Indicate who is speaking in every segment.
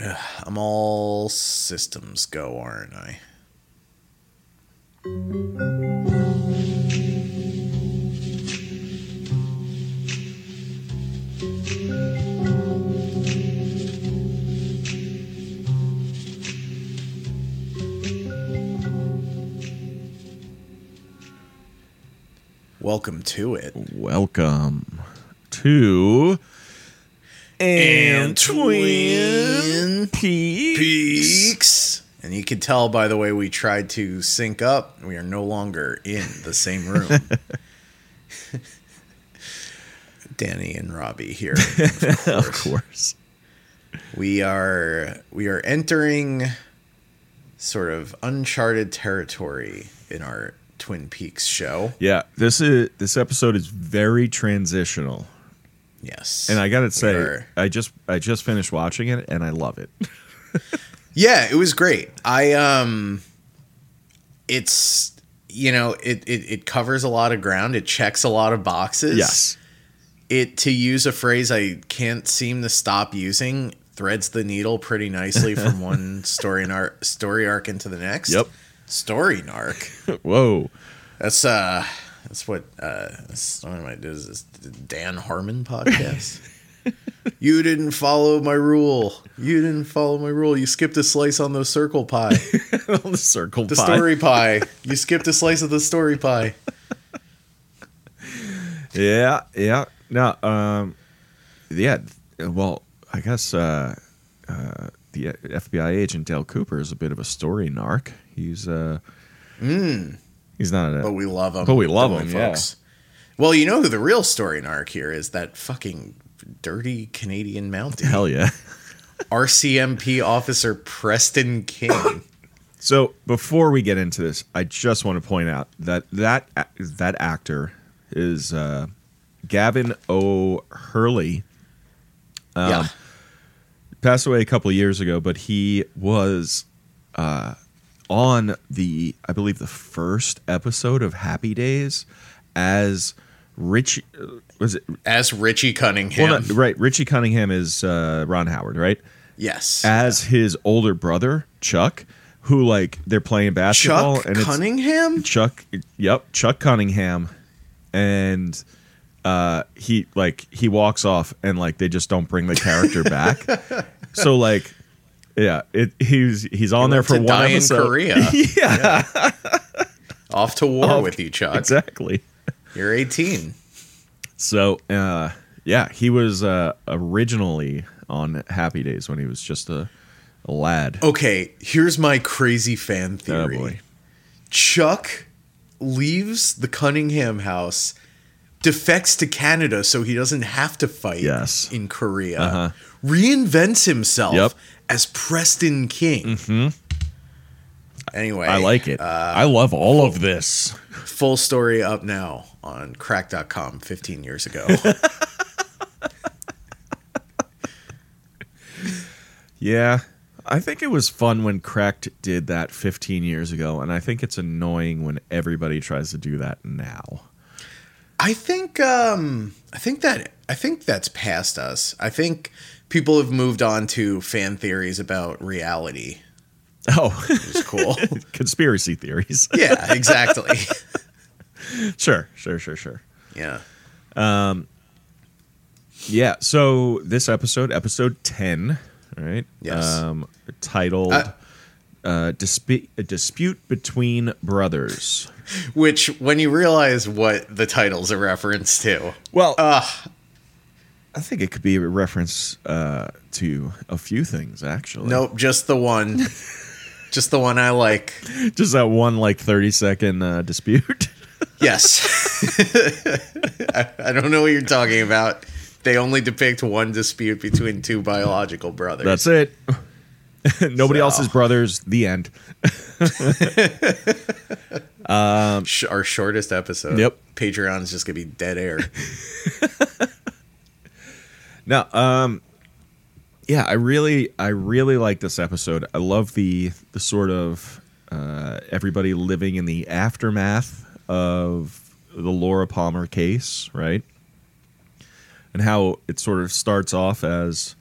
Speaker 1: I'm all systems go, aren't I? Welcome to it.
Speaker 2: Welcome to
Speaker 1: And Twin
Speaker 2: Peaks.
Speaker 1: Peaks. And you can tell by the way we tried to sync up, we are no longer in the same room. Danny and Robbie here.
Speaker 2: of course.
Speaker 1: we are we are entering sort of uncharted territory in our Twin Peaks show.
Speaker 2: Yeah, this is this episode is very transitional,
Speaker 1: Yes.
Speaker 2: and I gotta
Speaker 1: We
Speaker 2: say,
Speaker 1: are-
Speaker 2: I just I just finished watching it, and I love it.
Speaker 1: Yeah, it was great. I um it's you know, it, it it covers a lot of ground, it checks a lot of boxes.
Speaker 2: Yes,
Speaker 1: It to use a phrase I can't seem to stop using, threads the needle pretty nicely from one story and arc story arc into the next.
Speaker 2: Yep.
Speaker 1: Story narc.
Speaker 2: whoa,
Speaker 1: That's uh that's what uh that's one of my does this Dan Harmon podcast. you didn't follow my rule. You didn't follow my rule. You skipped a slice on the circle pie.
Speaker 2: the circle
Speaker 1: The
Speaker 2: pie.
Speaker 1: story pie. You skipped a slice of the story pie.
Speaker 2: Yeah, yeah. No, um, yeah. Well, I guess uh, uh, the FBI agent Dale Cooper is a bit of a story narc. He's uh, he's not a
Speaker 1: But we love him.
Speaker 2: But we love
Speaker 1: don't
Speaker 2: 'em, yeah.
Speaker 1: Well, you know who the real story narc here is? That fucking dirty Canadian Mountie.
Speaker 2: hell yeah.
Speaker 1: RCMP officer Preston King.
Speaker 2: So before we get into this, I just want to point out that that a- that actor is uh, Gavin O'Hurley. Um,
Speaker 1: yeah.
Speaker 2: passed away a couple of years ago, but he was uh, on the, I believe, the first episode of Happy Days as Richie. Was it
Speaker 1: As Richie Cunningham.
Speaker 2: well, not- right? Richie Cunningham is uh, Ron Howard, right?
Speaker 1: yes.
Speaker 2: As his older brother Chuck, who like they're playing basketball
Speaker 1: Chuck
Speaker 2: and it's
Speaker 1: Cunningham?
Speaker 2: Chuck. Yep, Chuck Cunningham, and uh, he like he walks off, and like they just don't bring the character back. so like, yeah, it he's he's on there
Speaker 1: went
Speaker 2: for
Speaker 1: to
Speaker 2: one
Speaker 1: die in
Speaker 2: episode.
Speaker 1: Korea.
Speaker 2: yeah,
Speaker 1: Off to war with you, Chuck.
Speaker 2: exactly.
Speaker 1: You're 18.
Speaker 2: So uh, yeah, he was uh, originally on Happy Days when he was just a, a lad.
Speaker 1: Okay, here's my crazy fan
Speaker 2: Oh,
Speaker 1: theory.
Speaker 2: boy.
Speaker 1: Chuck leaves the Cunningham house, defects to Canada so he doesn't have to fight
Speaker 2: Yes. Uh-huh.
Speaker 1: in Korea, reinvents himself
Speaker 2: Yep. Mm-hmm.
Speaker 1: as Preston King. Anyway,
Speaker 2: I like it.
Speaker 1: uh,
Speaker 2: I love all
Speaker 1: oh.
Speaker 2: of this.
Speaker 1: Full story up now on crack.com 15 years ago.
Speaker 2: Yeah. I think it was fun when Cracked did that 15 years ago, and I think it's annoying when everybody tries to do that now.
Speaker 1: I think um I think that I think that's past us. I think people have moved on to fan theories about reality.
Speaker 2: Oh,
Speaker 1: It's cool.
Speaker 2: conspiracy theories.
Speaker 1: yeah, exactly.
Speaker 2: sure, sure, sure, sure.
Speaker 1: Yeah.
Speaker 2: Yeah, so this episode, episode 10, right?
Speaker 1: Yes.
Speaker 2: Um, titled
Speaker 1: I-
Speaker 2: uh, Dispu- A Dispute Between Brothers.
Speaker 1: Which when you realize what the title's a reference to.
Speaker 2: Well, Uh, I think it could be a reference uh, to a few things, actually.
Speaker 1: Nope, just the one. Just the one I like.
Speaker 2: Just that one, like, 30 second uh, dispute.
Speaker 1: Yes. I, I don't know what you're talking about. They only depict one dispute between two biological brothers.
Speaker 2: That's it. Nobody
Speaker 1: So.
Speaker 2: else is brothers. The end.
Speaker 1: Sh- our shortest episode.
Speaker 2: Yep.
Speaker 1: Patreon's just going to be dead air.
Speaker 2: Now, um, yeah, I really, I really like this episode. I love the the sort of uh, everybody living in the aftermath of the Laura Palmer case, right? And how it sort of starts off as,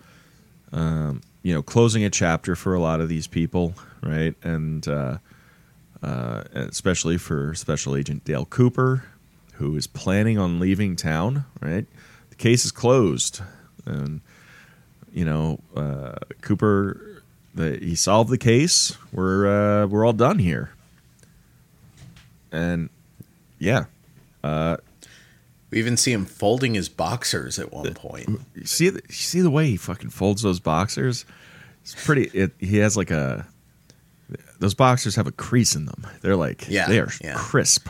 Speaker 2: um, you know closing a chapter for a lot of these people, right? And uh, uh, especially for Special Agent Dale Cooper, who is planning on leaving town. Right, the case is closed, and you know uh, Cooper, the, he solved the case. We're uh, we're all done here, and yeah,
Speaker 1: We even see him folding his boxers at one point.
Speaker 2: you see the, you see the way he fucking folds those boxers. It's pretty. It, he has like a. Those boxers have a crease in them. They're like
Speaker 1: Yeah,
Speaker 2: they are
Speaker 1: yeah.
Speaker 2: crisp.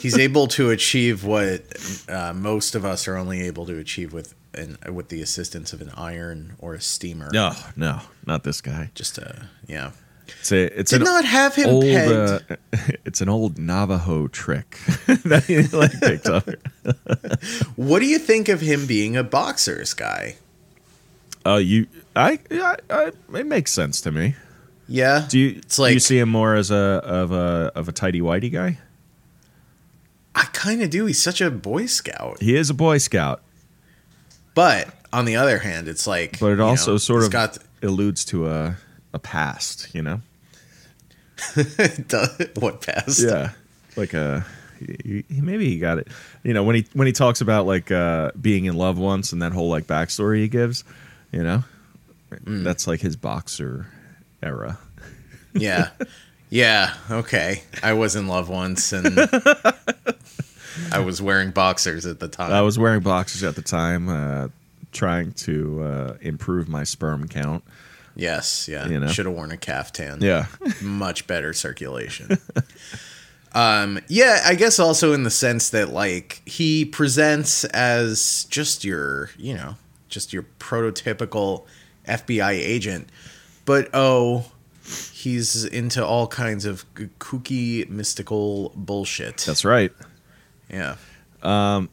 Speaker 1: He's able to achieve what uh, most of us are only able to achieve with an, with the assistance of an iron or a steamer.
Speaker 2: no, no, not this guy.
Speaker 1: Just a yeah.
Speaker 2: It's a, it's
Speaker 1: Did
Speaker 2: an
Speaker 1: not have him
Speaker 2: old.
Speaker 1: pegged.
Speaker 2: Uh, it's an old Navajo trick that he like picked up.
Speaker 1: What do you think of him being a boxers guy?
Speaker 2: Oh, you, I, I, I, it makes sense to me.
Speaker 1: Yeah.
Speaker 2: Do you?
Speaker 1: It's
Speaker 2: do
Speaker 1: like-
Speaker 2: you see him more as a of a of a tidy whitey guy?
Speaker 1: I kind of do. He's such a boy scout.
Speaker 2: He is a Boy Scout,
Speaker 1: But on the other hand, it's like
Speaker 2: but it
Speaker 1: you
Speaker 2: also
Speaker 1: know,
Speaker 2: sort
Speaker 1: he's
Speaker 2: of
Speaker 1: got
Speaker 2: alludes to a a past, you know.
Speaker 1: Duh, what past?
Speaker 2: yeah like uh he- he- maybe he got it you know when he when he talks about like uh being in love once and that whole like backstory he gives you know that's like his boxer era
Speaker 1: Yeah. Yeah. Okay. I was in love once and I was wearing boxers at the time.
Speaker 2: i was wearing boxers at the time uh trying to uh improve my sperm count
Speaker 1: yes. Yeah.
Speaker 2: You know.
Speaker 1: Should have worn a caftan.
Speaker 2: yeah
Speaker 1: Much better circulation. um, yeah. I guess also in the sense that, like, he presents as just your, you know, just your prototypical FBI agent. But oh, he's into all kinds of g- kooky, mystical bullshit.
Speaker 2: that's right
Speaker 1: Yeah. Um,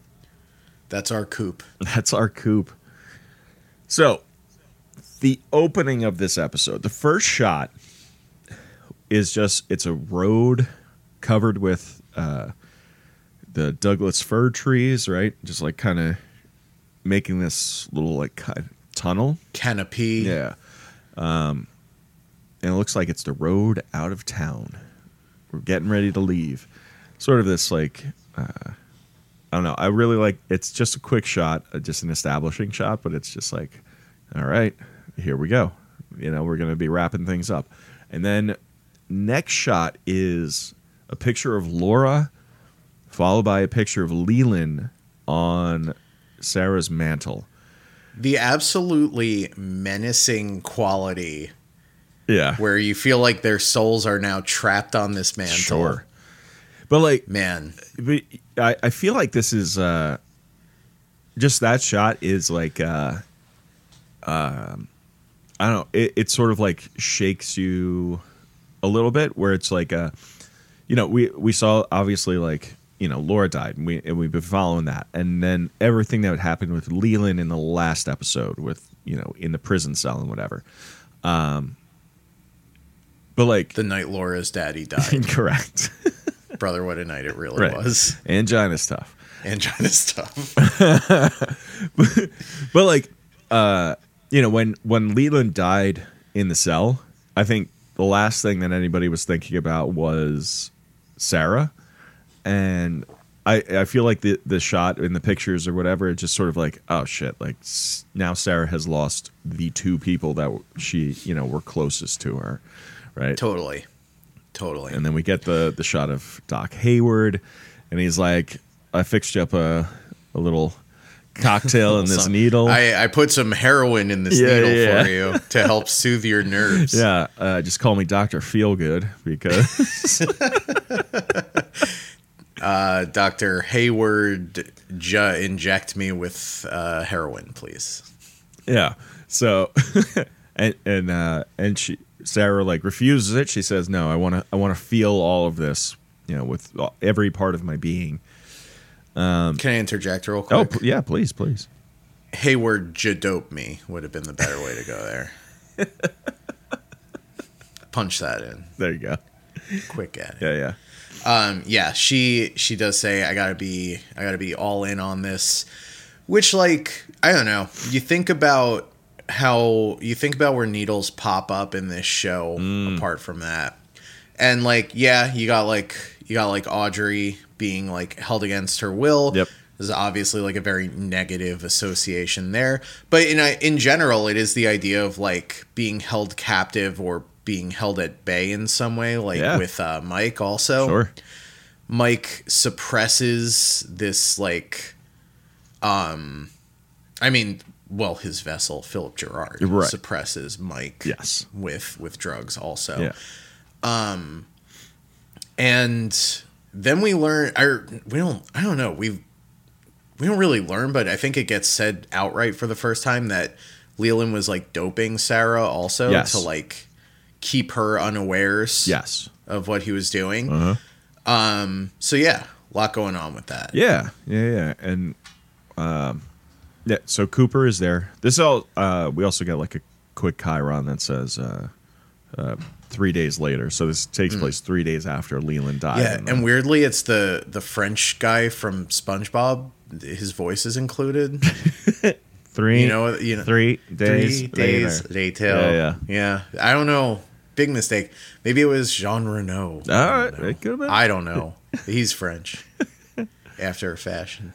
Speaker 1: That's our coop.
Speaker 2: That's our coop. So, the opening of this episode, the first shot is just it's a road covered with uh, the Douglas fir trees, right? Just like kind of making this little like kind of tunnel.
Speaker 1: Canopy.
Speaker 2: Yeah. Um, and it looks like it's the road out of town. We're getting ready to leave. Sort of this like uh, I don't know. I really like it's just a quick shot, uh, just an establishing shot, but it's just like, all right, here we go. You know, we're gonna be wrapping things up. And then next shot is a picture of Laura, followed by a picture of Leland on Sarah's mantle.
Speaker 1: The absolutely menacing quality
Speaker 2: Yeah.
Speaker 1: where you feel like their souls are now trapped on this mantle.
Speaker 2: Sure. But like,
Speaker 1: Man.
Speaker 2: but I, I feel like this is uh, just that shot is like, uh, um, I don't know. It, it sort of like shakes you a little bit, where it's like, uh, you know, we we saw obviously like you know Laura died, and we and we've been following that, and then everything that happened with Leland in the last episode, with you know in the prison cell and whatever. Um, but like,
Speaker 1: The night Laura's daddy died.
Speaker 2: incorrect.
Speaker 1: Brother, what a night it really was.
Speaker 2: Angina stuff.
Speaker 1: Angina stuff.
Speaker 2: But like uh you know, when when Leland died in the cell, I think the last thing that anybody was thinking about was Sarah. And I I feel like the the shot in the pictures or whatever, it's just sort of like, oh shit, like s- now Sarah has lost the two people that w- she, you know, were closest to her. Right?
Speaker 1: totally. Totally.
Speaker 2: and then we get the the shot of Doc Hayward, and he's like, "I fixed you up a a little cocktail in this
Speaker 1: So-
Speaker 2: needle."
Speaker 1: I, I put some heroin in this
Speaker 2: Yeah,
Speaker 1: needle
Speaker 2: yeah.
Speaker 1: for you to help soothe your nerves.
Speaker 2: yeah, uh, just call me Doctor Feelgood because
Speaker 1: Uh, Dr. Hayward, ju- inject me with uh, heroin, please.
Speaker 2: yeah. So and and uh, and she Sarah like refuses it. She says, "No, I want to I want to feel all of this, you know, with all- every part of my being."
Speaker 1: Can I interject real quick?
Speaker 2: Um, Oh, p- yeah, please, please.
Speaker 1: Hayward jadope me would have been the better way to go there. Punch that in
Speaker 2: There you go.
Speaker 1: quick at it.
Speaker 2: Yeah, yeah.
Speaker 1: Um, yeah, she she does say I gotta be I gotta be all in on this, which like I don't know. You think about how you think about where needles pop up in this show
Speaker 2: Mm.
Speaker 1: apart from that. And like yeah, you got like you got like Audrey being like held against her will.
Speaker 2: Yep.
Speaker 1: There's obviously like a very negative association there. But in a, in general, it is the idea of like being held captive or being held at bay in some way like
Speaker 2: Yeah.
Speaker 1: with uh, Mike also.
Speaker 2: Sure.
Speaker 1: Mike suppresses this like um I mean well his vessel Philip Gerard
Speaker 2: Right.
Speaker 1: suppresses Mike
Speaker 2: Yes.
Speaker 1: with with drugs also
Speaker 2: Yeah.
Speaker 1: and then we learn or we don't I don't know we we don't really learn but I think it gets said outright for the first time that Leland was like doping Sarah also
Speaker 2: Yes.
Speaker 1: to like keep her unawares
Speaker 2: Yes.
Speaker 1: of what he was doing
Speaker 2: Uh-huh.
Speaker 1: um so yeah a lot going on with that
Speaker 2: Yeah, yeah, yeah, and um, yeah. So Cooper is there. This all. Uh, we also get like a quick Chiron that says uh, uh, three days later. So this takes place three days after Leland died.
Speaker 1: Hmm. Yeah, and weirdly, it's the the French guy from SpongeBob. His voice is included.
Speaker 2: three,
Speaker 1: You know, you know,
Speaker 2: three days,
Speaker 1: three days
Speaker 2: later.
Speaker 1: later.
Speaker 2: Yeah,
Speaker 1: Yeah, I don't know. Big mistake. Maybe it was Jean Reno.
Speaker 2: All
Speaker 1: I
Speaker 2: right,
Speaker 1: don't know.
Speaker 2: it could've been.
Speaker 1: I don't know. He's French, after a fashion.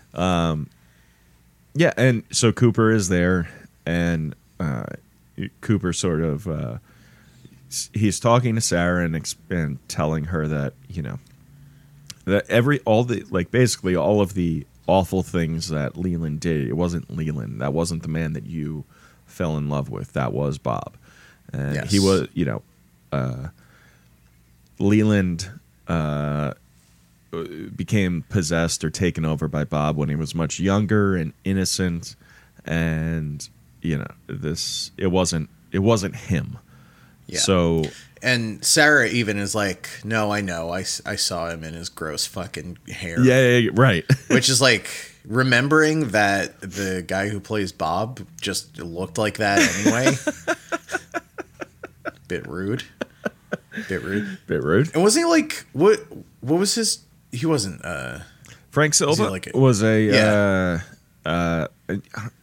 Speaker 2: Yeah, and so Cooper is there, and uh, Cooper sort of uh, s- he's talking to Sarah and ex- and telling her that you know that every all the like basically all of the awful things that Leland did. It wasn't Leland. That wasn't the man that you fell in love with. That was Bob, and he
Speaker 1: Yes.
Speaker 2: was you know uh, Leland became possessed or taken over by Bob when he was much younger and innocent, and you know this it wasn't it wasn't him.
Speaker 1: Yeah.
Speaker 2: So
Speaker 1: And Sarah even is like, "No, I know. I, s- I saw him in his gross fucking hair."
Speaker 2: yeah, yeah, yeah, right.
Speaker 1: which is like remembering that the guy who plays Bob just looked like that anyway. Bit rude. Bit rude.
Speaker 2: Bit rude.
Speaker 1: And wasn't he like what? What was his? He wasn't. uh
Speaker 2: Frank Silva was,
Speaker 1: like a-
Speaker 2: a
Speaker 1: Yeah.
Speaker 2: uh, uh,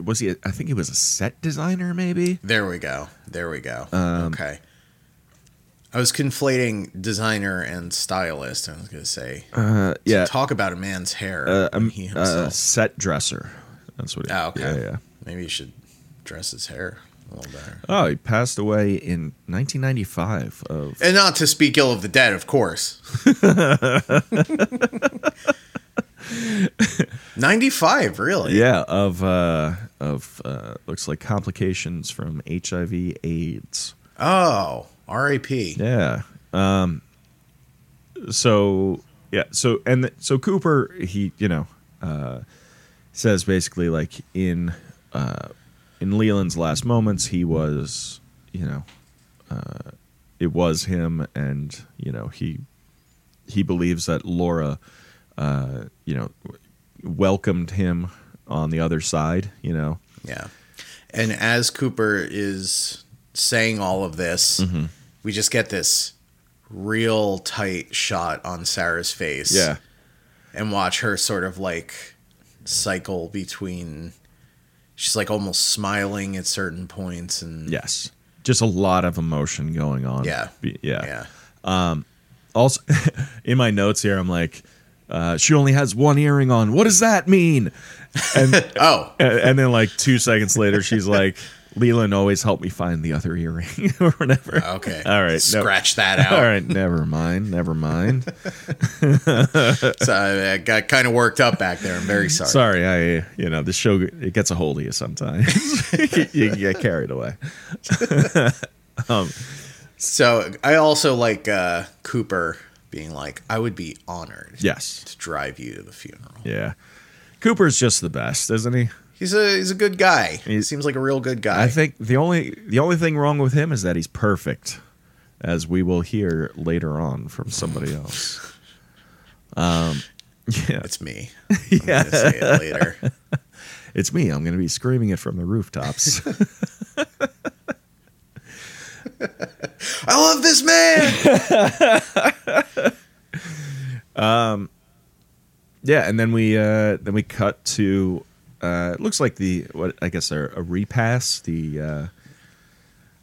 Speaker 2: was he? A, I think he was a set designer, maybe.
Speaker 1: There we go. There we go.
Speaker 2: Um,
Speaker 1: okay. I was conflating designer and stylist. I was gonna say,
Speaker 2: Uh, yeah,
Speaker 1: talk about a man's hair.
Speaker 2: uh, um,
Speaker 1: when he
Speaker 2: uh,
Speaker 1: himself.
Speaker 2: set dresser. That's what. He,
Speaker 1: oh, okay.
Speaker 2: Yeah, yeah.
Speaker 1: Maybe you should dress his hair a little better.
Speaker 2: Oh, he passed away in 1995 of
Speaker 1: And not to speak ill of the dead, of course. 95, really?
Speaker 2: Yeah, of uh, of uh, looks like complications from HIV AIDS.
Speaker 1: Oh, RAP. Yeah.
Speaker 2: Yeah. Um. So yeah. So and th- so Cooper, he you know, uh, says basically like in uh, in Leland's last moments, he was you know, uh, it was him, and you know he he believes that Laura, uh, you know, w- welcomed him on the other side. You know.
Speaker 1: And as Cooper is saying all of this,
Speaker 2: Mm-hmm.
Speaker 1: we just get this real tight shot on Sarah's face. And watch her sort of like cycle between. She's like almost smiling at certain points and.
Speaker 2: Yes. Just a lot of emotion going on.
Speaker 1: Yeah.
Speaker 2: Be- Yeah.
Speaker 1: Yeah.
Speaker 2: Also, in my notes here, I'm like, uh, she only has one earring on. What does that mean? And
Speaker 1: Oh,
Speaker 2: and and then like two seconds later, she's like, Leland always helped me find the other earring or whatever.
Speaker 1: okay.
Speaker 2: All right. no-
Speaker 1: Scratch that out.
Speaker 2: All right. Never mind. Never mind.
Speaker 1: So I I got kind of worked up back there. I'm very sorry.
Speaker 2: Sorry. I you know the show it gets a hold of you sometimes. you get carried away.
Speaker 1: So I also like uh, Cooper being like, I would be honored
Speaker 2: Yes.
Speaker 1: to drive you to the funeral.
Speaker 2: Yeah. Cooper's just the best, isn't he?
Speaker 1: He's a he's a good guy. He
Speaker 2: He's-
Speaker 1: seems like a real good guy.
Speaker 2: I think the only the only thing wrong with him is that he's perfect, as we will hear later on from somebody else. Um, yeah,
Speaker 1: it's me. I'm gonna say it later.
Speaker 2: it's me. I'm going to be screaming it from the rooftops.
Speaker 1: I love this man.
Speaker 2: yeah, and then we uh, then we cut to uh, it looks like the what I guess a, a repass the uh,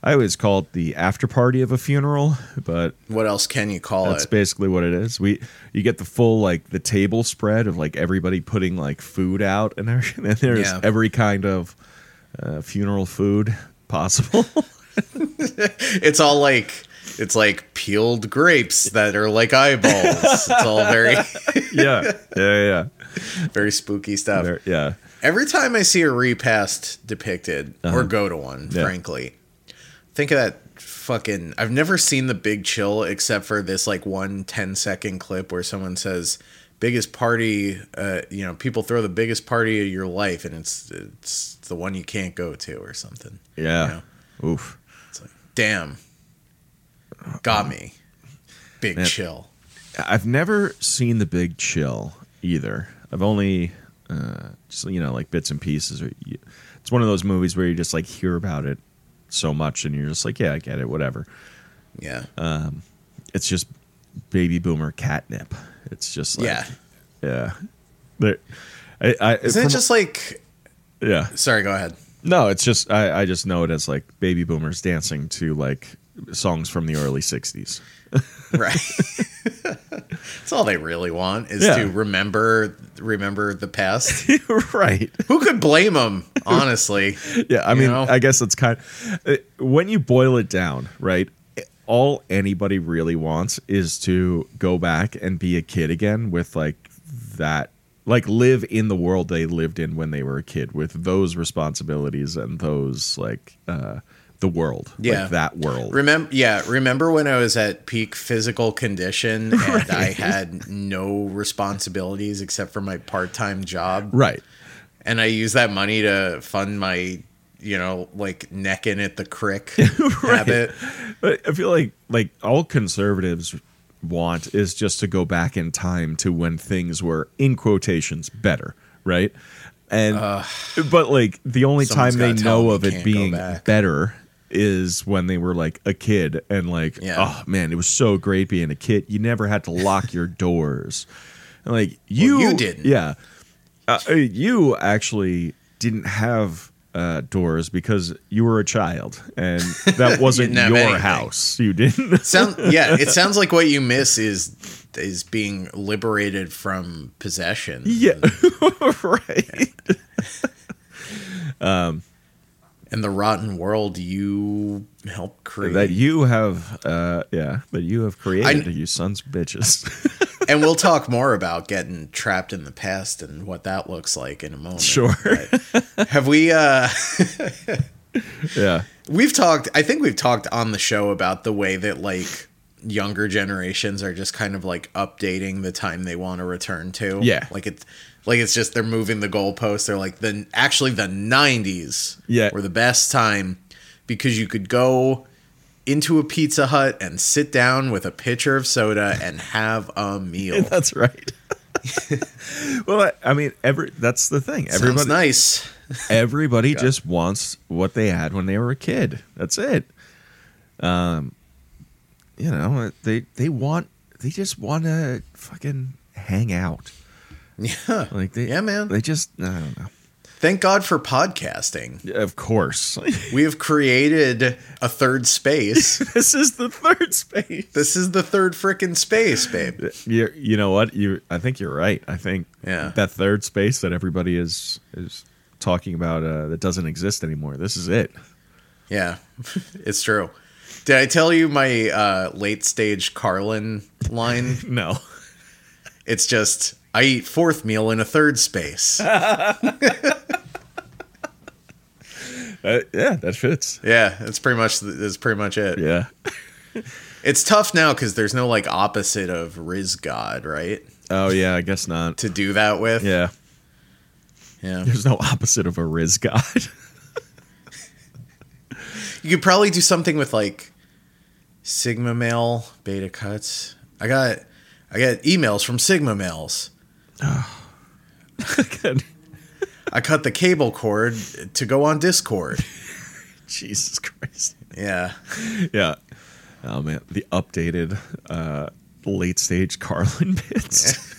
Speaker 2: I always call it the after party of a funeral, but
Speaker 1: What else can you call
Speaker 2: that's
Speaker 1: it?
Speaker 2: basically what it is. We you get the full like the table spread of like everybody putting like food out and everything. And there's
Speaker 1: Yeah.
Speaker 2: every kind of uh, funeral food possible.
Speaker 1: It's all like it's like peeled grapes that are like eyeballs. it's all very
Speaker 2: yeah, yeah, yeah,
Speaker 1: very spooky stuff.
Speaker 2: There- yeah.
Speaker 1: Every time I see a repast depicted or go to one,
Speaker 2: Uh-huh. Yeah.
Speaker 1: frankly, think of that fucking. I've never seen The Big Chill except for this like one 10 second clip where someone says, biggest party, uh, you know, people throw the biggest party of your life and it's, it's the one you can't go to or something.
Speaker 2: Yeah. Oof.
Speaker 1: It's like, damn, got me. Big
Speaker 2: Man.
Speaker 1: Chill.
Speaker 2: I've never seen the Big Chill either. I've only uh, just you know like bits and pieces. Or you, it's one of those movies where you just like hear about it so much, and you're just like, yeah, I get it, whatever.
Speaker 1: Yeah.
Speaker 2: Uh, It's just baby boomer catnip. It's just like,
Speaker 1: yeah.
Speaker 2: yeah. There, I, I,
Speaker 1: Isn't it
Speaker 2: from-
Speaker 1: just like,
Speaker 2: yeah?
Speaker 1: sorry, go ahead.
Speaker 2: No, it's just I, I just know it as like baby boomers dancing to like songs from the early '60s.
Speaker 1: right that's all they really want is
Speaker 2: Yeah.
Speaker 1: to remember remember the past
Speaker 2: right.
Speaker 1: who could blame them honestly
Speaker 2: Yeah, I
Speaker 1: You
Speaker 2: mean,
Speaker 1: know?
Speaker 2: I guess it's kind uh when you boil it down, right? All anybody really wants is to go back and be a kid again with like that, like live in the world they lived in when they were a kid with those responsibilities and those like uh, the world,
Speaker 1: Yeah.
Speaker 2: like that world.
Speaker 1: remember yeah remember when i was at peak physical condition and i had no responsibilities except for my part-time job
Speaker 2: right.
Speaker 1: and i used that money to fund my you know like necking at the crick habit
Speaker 2: But I feel like like all conservatives want is just to go back in time to when things were in quotations better, right? And but like the only
Speaker 1: someone's
Speaker 2: time they
Speaker 1: gotta tell
Speaker 2: know
Speaker 1: me
Speaker 2: of it
Speaker 1: can't go
Speaker 2: being
Speaker 1: back.
Speaker 2: better is when they were like a kid and like
Speaker 1: Yeah.
Speaker 2: oh man, it was so great being a kid. You never had to lock your doors. And like you
Speaker 1: you didn't.
Speaker 2: Yeah. Uh, uh, you actually didn't have uh, doors because you were a child and that wasn't
Speaker 1: Didn't
Speaker 2: your
Speaker 1: have anything.
Speaker 2: house. You didn't.
Speaker 1: Sound yeah, it sounds like what you miss is is being liberated from possession.
Speaker 2: yeah. right.
Speaker 1: and the rotten world you helped create.
Speaker 2: That you have, uh, yeah, that you have created,
Speaker 1: I-
Speaker 2: you sons of bitches.
Speaker 1: and we'll talk more about getting trapped in the past and what that looks like in a moment.
Speaker 2: Sure.
Speaker 1: But have we uh
Speaker 2: yeah.
Speaker 1: we've talked I think we've talked on the show about the way that like younger generations are just kind of like updating the time they want to return to.
Speaker 2: Yeah.
Speaker 1: Like it's like it's just they're moving the goalposts. They're like the actually the nineties
Speaker 2: Yeah.
Speaker 1: were the best time because you could go into a Pizza Hut and sit down with a pitcher of soda and have a meal.
Speaker 2: That's right. well, I, I mean, every that's the thing.
Speaker 1: Sounds
Speaker 2: Everybody,
Speaker 1: nice.
Speaker 2: everybody just wants what they had when they were a kid. That's it. Um, you know, they they want they just want to fucking hang out.
Speaker 1: Yeah.
Speaker 2: Like they,
Speaker 1: Yeah, man.
Speaker 2: They just, I don't know.
Speaker 1: Thank God for podcasting.
Speaker 2: Of course,
Speaker 1: We have created a third space.
Speaker 2: this is the third space.
Speaker 1: this is the third frickin' space, babe.
Speaker 2: You you know what you I think you're right. I think
Speaker 1: Yeah.
Speaker 2: that third space that everybody is is talking about uh, that doesn't exist anymore. This is it.
Speaker 1: Yeah, it's true. Did I tell you my uh, late stage Carlin line?
Speaker 2: No,
Speaker 1: It's just I eat fourth meal in a third space.
Speaker 2: uh, yeah, that fits.
Speaker 1: Yeah, that's pretty much that's pretty much it.
Speaker 2: Yeah,
Speaker 1: It's tough now because there's no like opposite of Riz God, right?
Speaker 2: Oh yeah, I guess not.
Speaker 1: To do that with.
Speaker 2: Yeah,
Speaker 1: yeah.
Speaker 2: there's no opposite of a Riz God.
Speaker 1: You could probably do something with like Sigma male beta cuts. I got I got emails from Sigma males. I cut the cable cord to go on Discord.
Speaker 2: Jesus Christ.
Speaker 1: Yeah.
Speaker 2: Yeah. Oh man, the updated uh, late stage Carlin bits.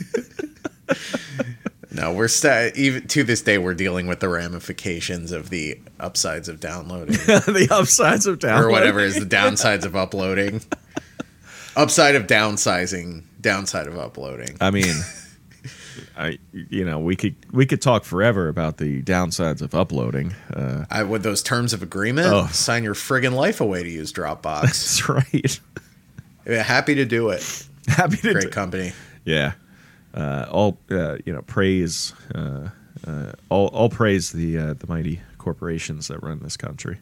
Speaker 1: No, we're st- even to this day we're dealing with the ramifications of the upsides of downloading
Speaker 2: the upsides of downloading
Speaker 1: or whatever is the downsides of uploading. Upside of downsizing, downside of uploading.
Speaker 2: I mean, I you know we could we could talk forever about the downsides of uploading. Uh,
Speaker 1: I with those terms of agreement,
Speaker 2: Oh.
Speaker 1: sign your friggin' life away to use Dropbox.
Speaker 2: that's right.
Speaker 1: Yeah, Happy to do it.
Speaker 2: Happy to do-
Speaker 1: Great company.
Speaker 2: yeah. Uh, all uh, you know, praise uh, uh, all all praise the uh, the mighty corporations that run this country.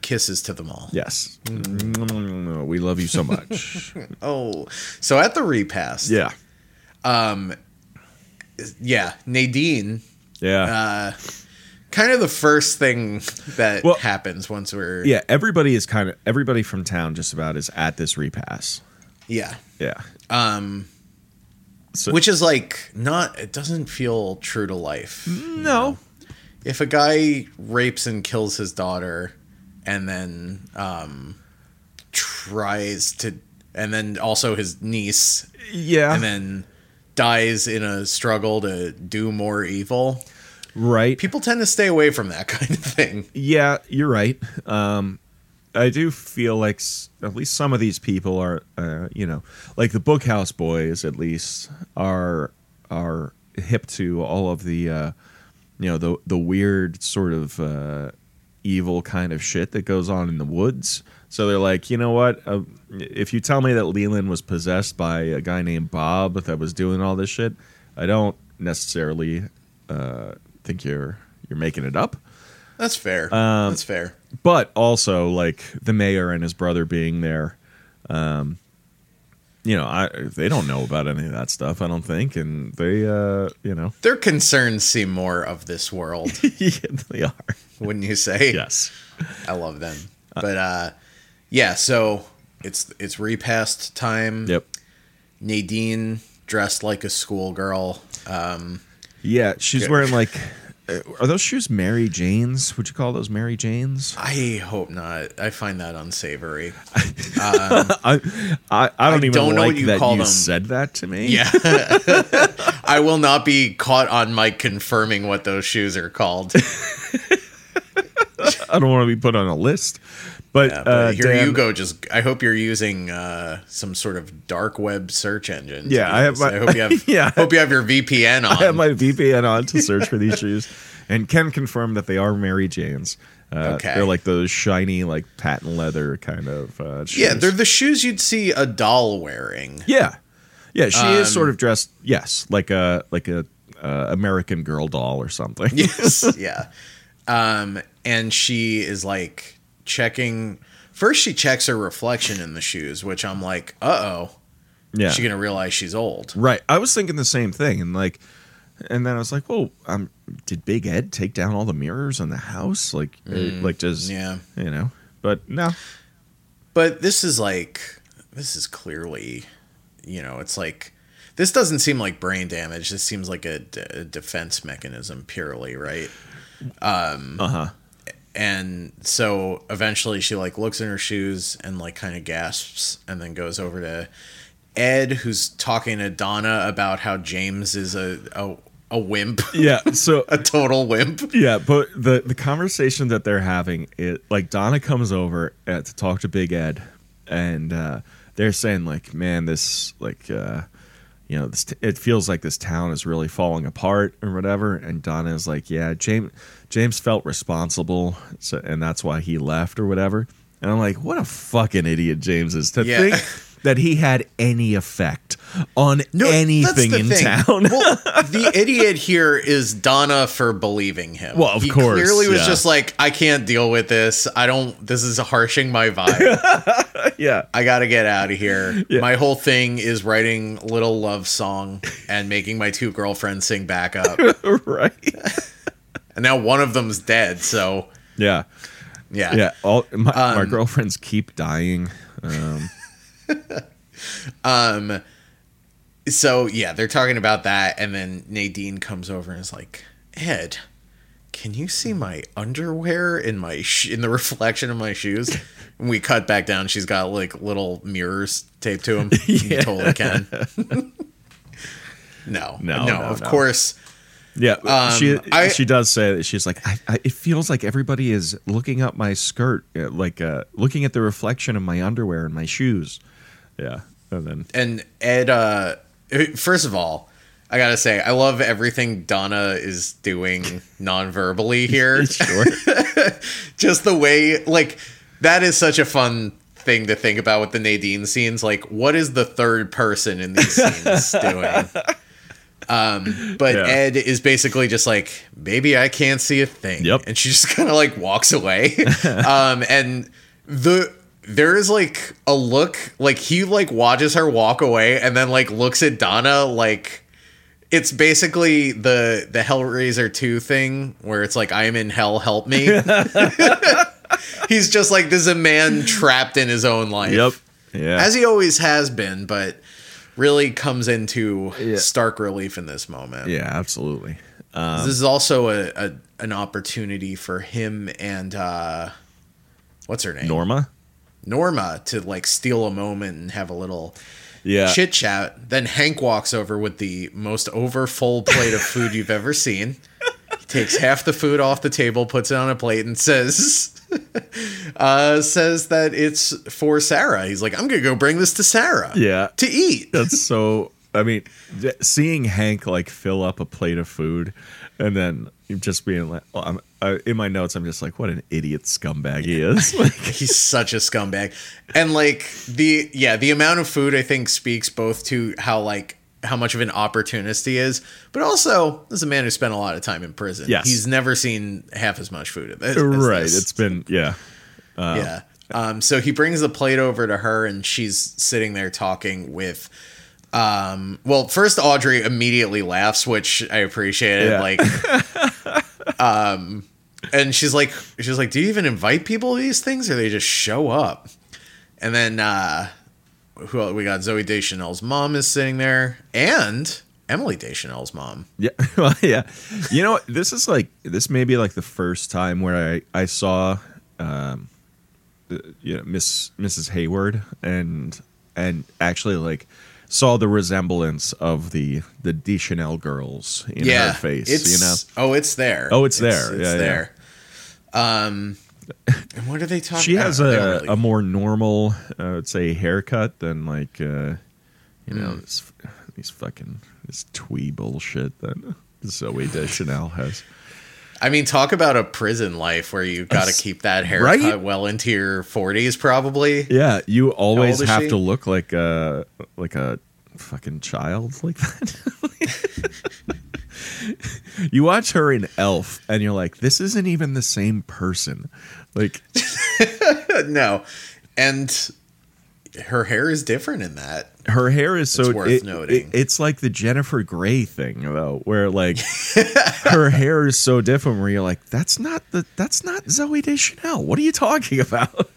Speaker 1: Kisses to them all.
Speaker 2: Yes, Mm. we love you so much.
Speaker 1: Oh, so at the repast,
Speaker 2: yeah,
Speaker 1: yeah, Nadine,
Speaker 2: yeah,
Speaker 1: uh, kind of the first thing that
Speaker 2: Well-
Speaker 1: happens once we're
Speaker 2: yeah. Everybody is kind of everybody from town just about is at this repass.
Speaker 1: yeah.
Speaker 2: Yeah,
Speaker 1: Um,
Speaker 2: So-
Speaker 1: which is like not. It doesn't feel true to life.
Speaker 2: Mm-hmm. no,
Speaker 1: If a guy rapes and kills his daughter, and then um, tries to, and then also his niece,
Speaker 2: yeah,
Speaker 1: and then dies in a struggle to do more evil.
Speaker 2: right.
Speaker 1: People tend to stay away from that kind of thing.
Speaker 2: Yeah, you're right. Um, I do feel like s- at least some of these people are, uh, you know, like the Bookhouse Boys, at least are are hip to all of the, uh, you know, the the weird sort of uh, evil kind of shit that goes on in the woods. So they're like, you know what? Uh, if you tell me that Leland was possessed by a guy named Bob that was doing all this shit, I don't necessarily uh, think you're you're making it up
Speaker 1: That's fair.
Speaker 2: Um,
Speaker 1: That's fair.
Speaker 2: but also like the mayor and his brother being there um you know i they don't know about any of that stuff i don't think and they uh you know
Speaker 1: Their concerns seem more of this world,
Speaker 2: they are
Speaker 1: wouldn't you say?
Speaker 2: yes
Speaker 1: I love them. But uh yeah, so it's it's repast time.
Speaker 2: yep
Speaker 1: Nadine dressed like a schoolgirl. Um
Speaker 2: yeah she's
Speaker 1: Yeah.
Speaker 2: wearing like uh, are those shoes mary janes would you call those mary janes
Speaker 1: I hope not. I find that unsavory.
Speaker 2: i i, I don't even
Speaker 1: don't know
Speaker 2: like
Speaker 1: what you
Speaker 2: that
Speaker 1: call
Speaker 2: you
Speaker 1: them.
Speaker 2: said that to me
Speaker 1: Yeah. I will not be caught on mic confirming what those shoes are called.
Speaker 2: i don't want to be put on a list but,
Speaker 1: Uh, but
Speaker 2: uh,
Speaker 1: here
Speaker 2: Dan-
Speaker 1: you go. Just I hope you're using uh, some sort of dark web search engine. to
Speaker 2: Yeah,
Speaker 1: do
Speaker 2: I have
Speaker 1: this.
Speaker 2: my-
Speaker 1: I hope you have.
Speaker 2: Yeah.
Speaker 1: hope you have your VPN on.
Speaker 2: I have my VPN on to search for these shoes, and can confirm that they are Mary Jane's. Uh,
Speaker 1: Okay.
Speaker 2: They're like those shiny, like patent leather kind of uh, shoes.
Speaker 1: yeah, they're the shoes you'd see a doll wearing.
Speaker 2: yeah, yeah. She is
Speaker 1: Um,
Speaker 2: sort of dressed, yes, like a like a uh, American Girl doll or something.
Speaker 1: yes yeah um and she is like checking first she checks her reflection in the shoes which i'm like uh-oh
Speaker 2: yeah.
Speaker 1: she gonna realize she's old
Speaker 2: right. I was thinking the same thing, and like, and then I was like, well, um, did Big Ed take down all the mirrors in the house? Like, uh, like just
Speaker 1: Mm, yeah.
Speaker 2: you know. But no,
Speaker 1: but this is like this is clearly you know it's like this doesn't seem like brain damage this seems like a, d- a defense mechanism purely right Mm.
Speaker 2: uh huh.
Speaker 1: and so eventually she like looks in her shoes and like kind of gasps and then goes over to ed who's talking to donna about how james is a a, a wimp
Speaker 2: Yeah. So
Speaker 1: a total wimp
Speaker 2: Yeah, but the the conversation that they're having, it like Donna comes over uh, to talk to Big Ed, and uh, they're saying like, "Man, this like, uh, you know, this t- it feels like this town is really falling apart or whatever." And Donna is like, "Yeah, James James felt responsible, so, and that's why he left or whatever." And I'm like, "What a fucking idiot James is to
Speaker 1: Yeah.
Speaker 2: think that he had any effect on anything
Speaker 1: that's the
Speaker 2: in
Speaker 1: thing.
Speaker 2: town."
Speaker 1: well, the idiot here is Donna for believing him.
Speaker 2: Well, of
Speaker 1: he
Speaker 2: course,
Speaker 1: clearly was
Speaker 2: yeah.
Speaker 1: just like, I can't deal with this. I don't. This is harshing my vibe.
Speaker 2: yeah.
Speaker 1: I gotta get out of here.
Speaker 2: Yeah.
Speaker 1: My whole thing is writing little love song and making my two girlfriends sing back up.
Speaker 2: right.
Speaker 1: And now one of them's dead, so
Speaker 2: Yeah.
Speaker 1: yeah.
Speaker 2: yeah all my, my girlfriends keep dying um,
Speaker 1: So yeah, they're talking about that, and then Nadine comes over and is like, Ed, can you see my underwear in my sh- in the reflection of my shoes? And we cut back down. She's got like little mirrors taped to them. You totally can. no,
Speaker 2: No,
Speaker 1: no,
Speaker 2: no,
Speaker 1: of
Speaker 2: no.
Speaker 1: course.
Speaker 2: Yeah,
Speaker 1: Um,
Speaker 2: she
Speaker 1: I-
Speaker 2: she does say that she's like I, I, it feels like everybody is looking up my skirt, uh, like uh, looking at the reflection of my underwear and my shoes. Yeah, and then
Speaker 1: and Ed. Uh, first of all, I gotta say I love everything Donna is doing non-verbally here.
Speaker 2: sure,
Speaker 1: Just the way, like that is such a fun thing to think about with the Nadine scenes. Like, what is the third person in these scenes doing? Um, but
Speaker 2: Yeah.
Speaker 1: Ed is basically just like, baby, I can't see a thing.
Speaker 2: Yep.
Speaker 1: And she just kind of like walks away. um, and the there is like a look, like he like watches her walk away and then like looks at Donna like it's basically the the Hellraiser 2 thing where it's like I am in hell, help me. He's just like this is a man trapped in his own life
Speaker 2: yep, yeah,
Speaker 1: as he always has been, but really comes into
Speaker 2: Yeah.
Speaker 1: stark relief in this moment.
Speaker 2: yeah, absolutely.
Speaker 1: This is also a, a an opportunity for him and uh, what's her name,
Speaker 2: Norma,
Speaker 1: Norma, to like steal a moment and have a little
Speaker 2: yeah,
Speaker 1: chit chat. Then Hank walks over with the most over full plate of food you've ever seen. He takes half the food off the table, puts it on a plate, and says, uh, "says that it's for Sarah." He's like, "I'm gonna go bring this to Sarah."
Speaker 2: yeah.
Speaker 1: to eat.
Speaker 2: That's so. I mean, th- seeing Hank like fill up a plate of food, and then just being like, well, I'm, I, in my notes, I'm just like, what an idiot scumbag he is. Like,
Speaker 1: He's such a scumbag. And like the yeah, the amount of food I think speaks both to how like how much of an opportunist he is, but also this is a man who spent a lot of time in prison.
Speaker 2: Yes.
Speaker 1: He's never seen half as much food. As, as
Speaker 2: right?
Speaker 1: this.
Speaker 2: It's been yeah.
Speaker 1: yeah. Um, so he brings the plate over to her, and she's sitting there talking with. Um, well, first Audrey immediately laughs, which I appreciated.
Speaker 2: Yeah.
Speaker 1: Like, um, and she's like, she's like, do you even invite people to these things, or they just show up? And then uh, who else? we got Zoe Deschanel's mom is sitting there, and Emily Deschanel's mom.
Speaker 2: Yeah, well, yeah. You know, this is like this may be like the first time where I I saw, um, the, you know, Miss Mrs. Hayward and and actually like saw the resemblance of the the Deschanel girls in her face.
Speaker 1: It's,
Speaker 2: you know,
Speaker 1: Oh, it's there.
Speaker 2: Oh, it's there. Yeah, yeah.
Speaker 1: Um, and what are they talking?
Speaker 2: she
Speaker 1: I
Speaker 2: has
Speaker 1: don't- I don't
Speaker 2: a,
Speaker 1: really-
Speaker 2: a more normal, I would say, haircut than like, uh, you know,
Speaker 1: Mm.
Speaker 2: this, these fucking this twee bullshit that Zoe Deschanel has.
Speaker 1: I mean, talk about a prison life where you got to keep that haircut
Speaker 2: Right?
Speaker 1: well into your forties, probably.
Speaker 2: Yeah, you always
Speaker 1: old is
Speaker 2: have
Speaker 1: she?
Speaker 2: to look like a like a fucking child like that. you watch her in Elf, and you're like, this isn't even the same person. Like,
Speaker 1: no, and her hair is different in that.
Speaker 2: her hair is so
Speaker 1: It's worth
Speaker 2: it-
Speaker 1: noting.
Speaker 2: it- it's like the Jennifer Grey thing though, where like her hair is so different. Where you're like, that's not the that's not Zoe Deschanel. What are you talking about?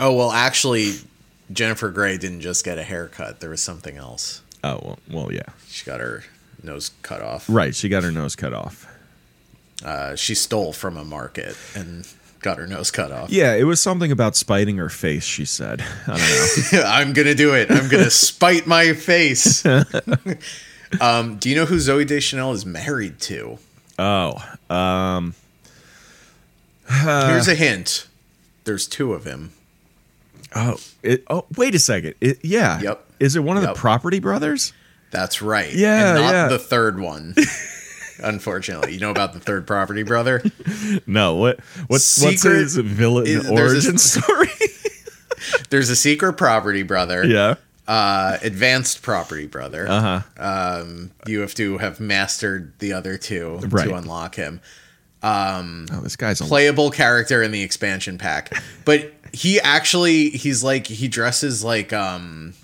Speaker 1: Oh well, actually, Jennifer Grey didn't just get a haircut. There was something else.
Speaker 2: Oh well, well, yeah,
Speaker 1: She got her nose cut off.
Speaker 2: right. She got her nose cut off.
Speaker 1: Uh, she stole from a market and got her nose cut off.
Speaker 2: Yeah, it was something about spiting her face. She said, I don't know.
Speaker 1: I'm gonna do it. I'm gonna spite my face. um, do you know who Zoe Deschanel is married to?
Speaker 2: Oh, um, Uh,
Speaker 1: Here's a hint. There's two of him.
Speaker 2: oh, it, oh, wait a second. It, yeah.
Speaker 1: Yep.
Speaker 2: Is it one of
Speaker 1: Yep.
Speaker 2: the Property Brothers?
Speaker 1: That's right.
Speaker 2: Yeah,
Speaker 1: and not
Speaker 2: yeah.
Speaker 1: the third one. Unfortunately, you know about the third property brother.
Speaker 2: No. What? What's
Speaker 1: Secret-
Speaker 2: what's his villain
Speaker 1: is- there's
Speaker 2: origin
Speaker 1: this-
Speaker 2: story?
Speaker 1: There's a secret property brother.
Speaker 2: yeah.
Speaker 1: Uh, advanced property brother.
Speaker 2: Uh huh.
Speaker 1: You have to have mastered the other two
Speaker 2: Right.
Speaker 1: to unlock him.
Speaker 2: Oh, this guy's a
Speaker 1: playable character in the expansion pack. But he actually he's like he dresses like um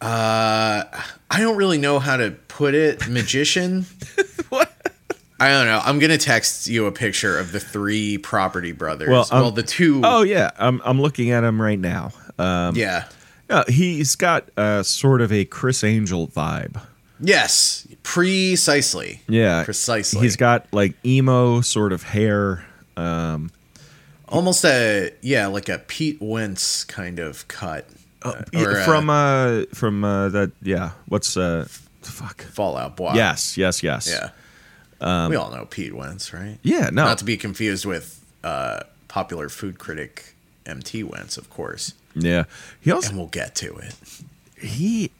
Speaker 1: uh I don't really know how to put it, magician.
Speaker 2: What?
Speaker 1: I don't know. I'm gonna text you a picture of the three property brothers. Well,
Speaker 2: Well, um,
Speaker 1: the two
Speaker 2: Oh yeah, I'm I'm looking at him right now. Um,
Speaker 1: yeah.
Speaker 2: uh, he's got uh, sort of a Chris Angel vibe.
Speaker 1: Yes. Precisely.
Speaker 2: Yeah,
Speaker 1: Precisely.
Speaker 2: He's got like emo sort of hair.
Speaker 1: almost a yeah, like a Pete Wentz kind of cut. Uh,
Speaker 2: Oh, Yeah,
Speaker 1: or, uh,
Speaker 2: from uh, from uh, that yeah. What's uh, fuck.
Speaker 1: Fallout Boy.
Speaker 2: Yes, yes, yes.
Speaker 1: Yeah.
Speaker 2: um,
Speaker 1: we all know Pete Wentz, right?
Speaker 2: Yeah, no.
Speaker 1: Not to be confused with uh, popular food critic MT Wentz, of course.
Speaker 2: yeah. He also
Speaker 1: And we'll get to it.
Speaker 2: he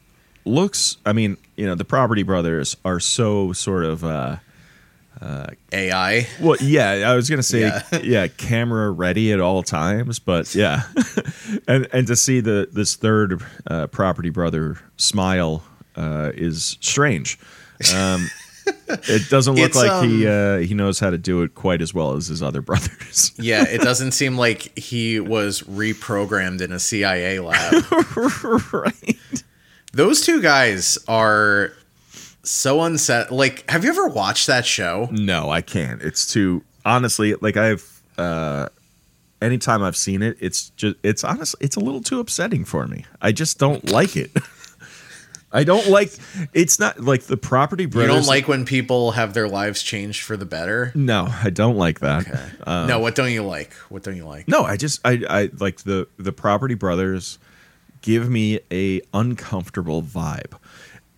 Speaker 2: looks I mean, you know, the property brothers are so sort of uh
Speaker 1: AI.
Speaker 2: well, yeah, I was gonna say, yeah.
Speaker 1: Yeah.
Speaker 2: camera ready at all times, but yeah, and and to see the this third uh, property brother smile uh, is strange. Um, it doesn't look
Speaker 1: It's, um,
Speaker 2: like he uh, he knows how to do it quite as well as his other brothers.
Speaker 1: Yeah, it doesn't seem like he was reprogrammed in a CIA lab.
Speaker 2: right?
Speaker 1: Those two guys are so unset. Like, have you ever watched that show?
Speaker 2: No, I can't. It's too honestly. Like I've uh, anytime I've seen it, it's just it's honestly it's a little too upsetting for me. I just don't like it. I don't like. It's not like the property
Speaker 1: You
Speaker 2: brothers.
Speaker 1: don't like when people have their lives changed for the better?
Speaker 2: No, I don't like that. Uh,
Speaker 1: no, what don't you like? What don't you like?
Speaker 2: no, I just I I like the the property brothers give me a uncomfortable vibe,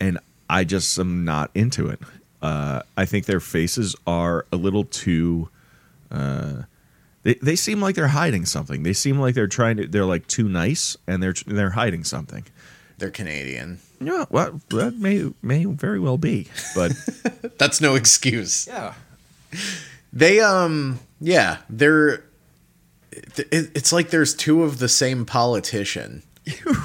Speaker 2: and I just am not into it. Uh, I think their faces are a little too. uh, They, they seem like they're hiding something. They seem like they're trying to. They're like too nice, and they're they're hiding something.
Speaker 1: They're Canadian.
Speaker 2: Yeah, well, that may may very well be, but
Speaker 1: That's no excuse.
Speaker 2: yeah,
Speaker 1: They um yeah, they're it- it's like there's two of the same politician.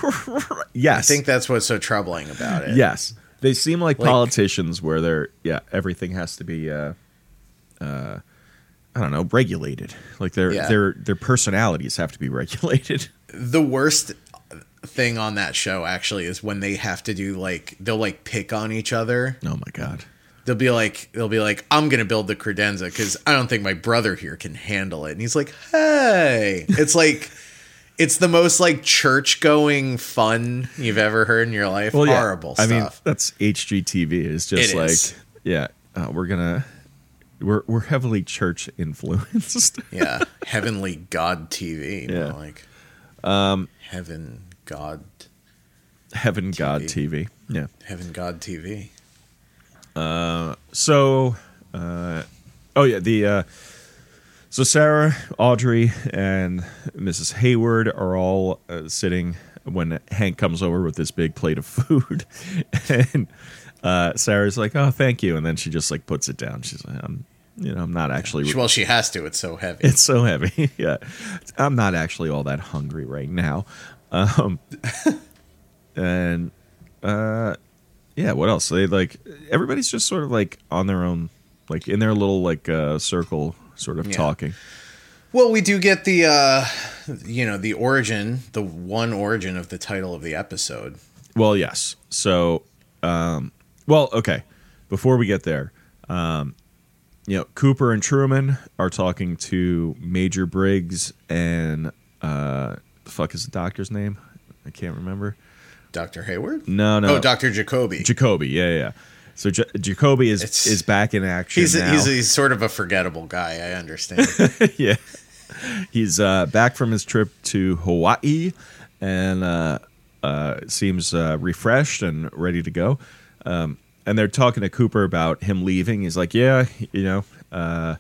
Speaker 2: yes,
Speaker 1: I think that's what's so troubling about it.
Speaker 2: yes, they seem like,
Speaker 1: Like-
Speaker 2: politicians where they're yeah, everything has to be uh, uh, I don't know, regulated. Like their
Speaker 1: Yeah.
Speaker 2: their their personalities have to be regulated.
Speaker 1: The worst thing on that show actually is when they have to do like they'll like pick on each other.
Speaker 2: Oh my god,
Speaker 1: They'll be like they'll be like I'm going to build the credenza cuz I don't think my brother here can handle it. And he's like, "Hey." It's like it's the most like church going fun you've ever heard in your life.
Speaker 2: well, yeah.
Speaker 1: Horrible
Speaker 2: I
Speaker 1: stuff.
Speaker 2: mean, that's HGTV. It's just
Speaker 1: It
Speaker 2: like
Speaker 1: is.
Speaker 2: yeah, uh, we're gonna we're we're heavily church influenced.
Speaker 1: yeah heavenly god tv you
Speaker 2: Yeah.
Speaker 1: know, like um heaven god
Speaker 2: Heaven God TV. Yeah.
Speaker 1: heaven god tv
Speaker 2: So, uh, oh yeah, the uh, so Sarah, Audrey, and Mrs. Hayward are all uh, sitting when Hank comes over with this big plate of food, and uh, Sarah's like, "Oh, thank you," and then she just like puts it down. She's like, "I'm, you know, I'm not actually."
Speaker 1: well she has to it's so heavy
Speaker 2: It's so heavy. yeah. I'm not actually all that hungry right now. Um, and uh, yeah, what else? They like everybody's just sort of like on their own, like in their little like uh, circle, sort of
Speaker 1: Yeah.
Speaker 2: talking.
Speaker 1: well we do get the uh you know the origin the one origin of the title of the episode
Speaker 2: Well, yes. So, um, well, okay. Before we get there, um, you know, Cooper and Truman are talking to Major Briggs and uh, the fuck is the doctor's name? I can't remember.
Speaker 1: dr hayward
Speaker 2: No, no.
Speaker 1: oh dr jacoby
Speaker 2: Jacoby, yeah, yeah, yeah. So J- Jacoby is
Speaker 1: It's-
Speaker 2: is back in action
Speaker 1: he's,
Speaker 2: now.
Speaker 1: he's he's sort of a forgettable guy i understand
Speaker 2: yeah, he's uh, back from his trip to Hawaii, and uh, uh, seems uh, refreshed and ready to go. Um, and they're talking to Cooper about him leaving. He's like, "Yeah, you know." Uh,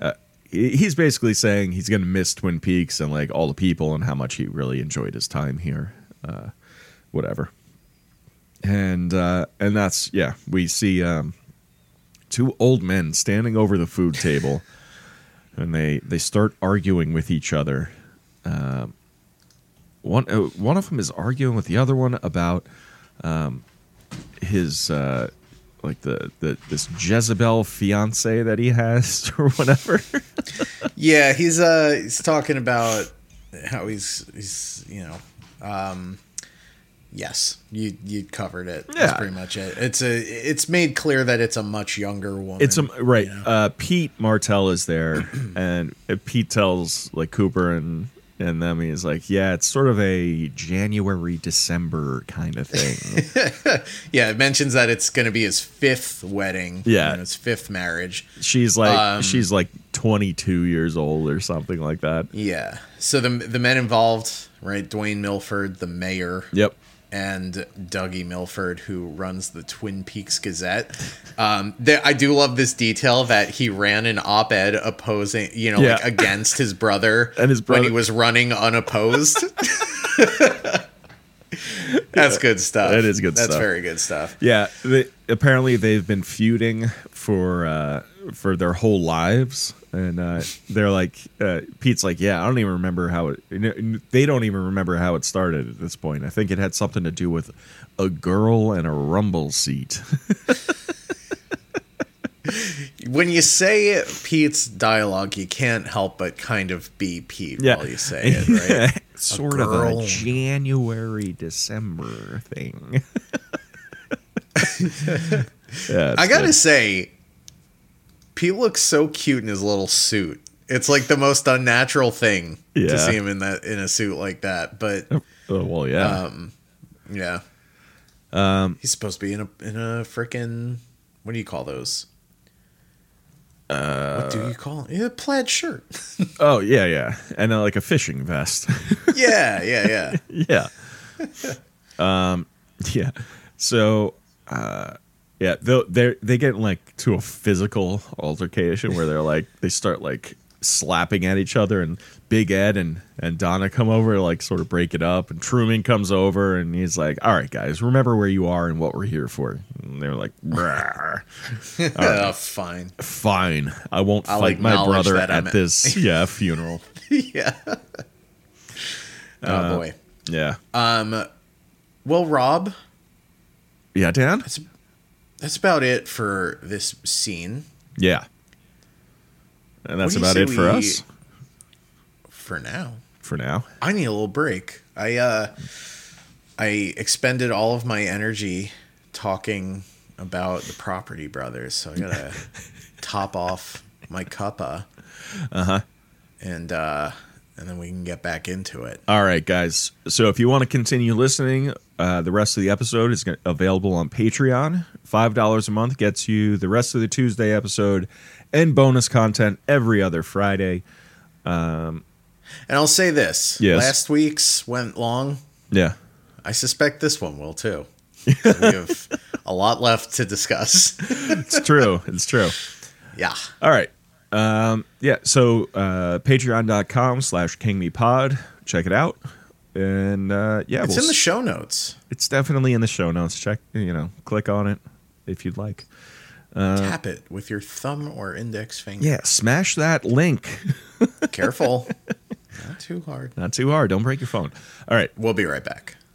Speaker 2: uh, he- He's basically saying he's going to miss Twin Peaks and like all the people and how much he really enjoyed his time here, uh, whatever. And uh, and that's yeah, we see um, two old men standing over the food table and they they start arguing with each other. Um, one uh, one of them is arguing with the other one about um, his uh, like the, the this Jezebel fiance that he has or whatever.
Speaker 1: Yeah, he's uh he's talking about how he's he's you know um yes, you you covered it.
Speaker 2: Yeah.
Speaker 1: That's pretty much it. It's a it's made clear that it's a much younger woman.
Speaker 2: It's a right.
Speaker 1: you know.
Speaker 2: Uh, Pete Martell is there, and uh, Pete tells like Cooper and and them. He's like, yeah, it's sort of a January December kind of thing.
Speaker 1: yeah, it mentions that it's going to be his fifth wedding.
Speaker 2: Yeah.
Speaker 1: and his fifth marriage.
Speaker 2: she's like
Speaker 1: Um,
Speaker 2: she's like twenty two years old or something like that.
Speaker 1: Yeah. So the the men involved, right? Dwayne Milford, the mayor,
Speaker 2: Yep.
Speaker 1: and Dougie Milford, who runs the Twin Peaks Gazette. Um, there, I do love this detail that he ran an op-ed opposing, you know, like
Speaker 2: Yeah.
Speaker 1: against his brother,
Speaker 2: And his
Speaker 1: when
Speaker 2: brother-
Speaker 1: he was running unopposed. That's good stuff.
Speaker 2: that is good
Speaker 1: That's
Speaker 2: stuff.
Speaker 1: very good stuff.
Speaker 2: Yeah, they, apparently they've been feuding for uh, for their whole lives, and uh, they're like, uh, Pete's like, yeah, I don't even remember how it. n- n- They don't even remember how it started at this point. I think it had something to do with a girl and a rumble seat.
Speaker 1: When you say Pete's dialogue, you can't help but kind of be Pete while you say it, right?
Speaker 2: sort of
Speaker 1: girl.
Speaker 2: a January December thing. yeah,
Speaker 1: I
Speaker 2: it's
Speaker 1: gotta
Speaker 2: good.
Speaker 1: say, Pete looks so cute in his little suit. It's like the most unnatural thing
Speaker 2: Yeah.
Speaker 1: to see him in that in a suit like that. But
Speaker 2: Oh, well, yeah.
Speaker 1: Um, yeah, um, he's supposed to be in a in a freaking what do you call those? Uh, what do you call it? Yeah, plaid shirt.
Speaker 2: oh, yeah, yeah, and uh, like a fishing vest.
Speaker 1: yeah, yeah, yeah.
Speaker 2: yeah. um, yeah. So, uh, yeah, they they they get like to a physical altercation where they're like they start like slapping at each other, and Big Ed and and Donna come over to like sort of break it up, and Truman comes over and he's like, "All right, guys, remember where you are and what we're here for." And they're like, "Brr,
Speaker 1: Oh, fine.
Speaker 2: "Fine, I won't
Speaker 1: I'll
Speaker 2: fight my
Speaker 1: acknowledge
Speaker 2: brother
Speaker 1: that
Speaker 2: at
Speaker 1: I'm-
Speaker 2: this yeah funeral."
Speaker 1: yeah. Oh
Speaker 2: Uh,
Speaker 1: boy.
Speaker 2: Yeah,
Speaker 1: Um. Well, Rob,
Speaker 2: yeah, Dan,
Speaker 1: that's about it for this scene
Speaker 2: yeah, and that's
Speaker 1: What do
Speaker 2: about
Speaker 1: you
Speaker 2: it
Speaker 1: say
Speaker 2: for
Speaker 1: we-
Speaker 2: us
Speaker 1: for now.
Speaker 2: for now.
Speaker 1: I need a little break. I uh I expended all of my energy talking about the property brothers, so I gotta top off my cuppa.
Speaker 2: Uh-huh.
Speaker 1: And uh and then we can get back into it.
Speaker 2: All right, guys. So if you want to continue listening, uh, the rest of the episode is gonna- available on Patreon. Five dollars a month gets you the rest of the Tuesday episode and bonus content every other Friday.
Speaker 1: And I'll say this.
Speaker 2: Yes.
Speaker 1: Last week's went long.
Speaker 2: Yeah,
Speaker 1: I suspect this one will too. 'Cause we have a lot left to discuss.
Speaker 2: it's true. it's true.
Speaker 1: yeah.
Speaker 2: All right. Um, yeah. So uh, patreon.com slash King Me Pod. Check it out. And uh, yeah,
Speaker 1: It's
Speaker 2: we'll
Speaker 1: in the
Speaker 2: s-
Speaker 1: show notes.
Speaker 2: it's definitely in the show notes. Check, you know, click on it if you'd like. Uh,
Speaker 1: Tap it with your thumb or index finger.
Speaker 2: Yeah, smash that link.
Speaker 1: Careful. Not too hard.
Speaker 2: Not too hard. Don't break your phone. All right.
Speaker 1: We'll be right back.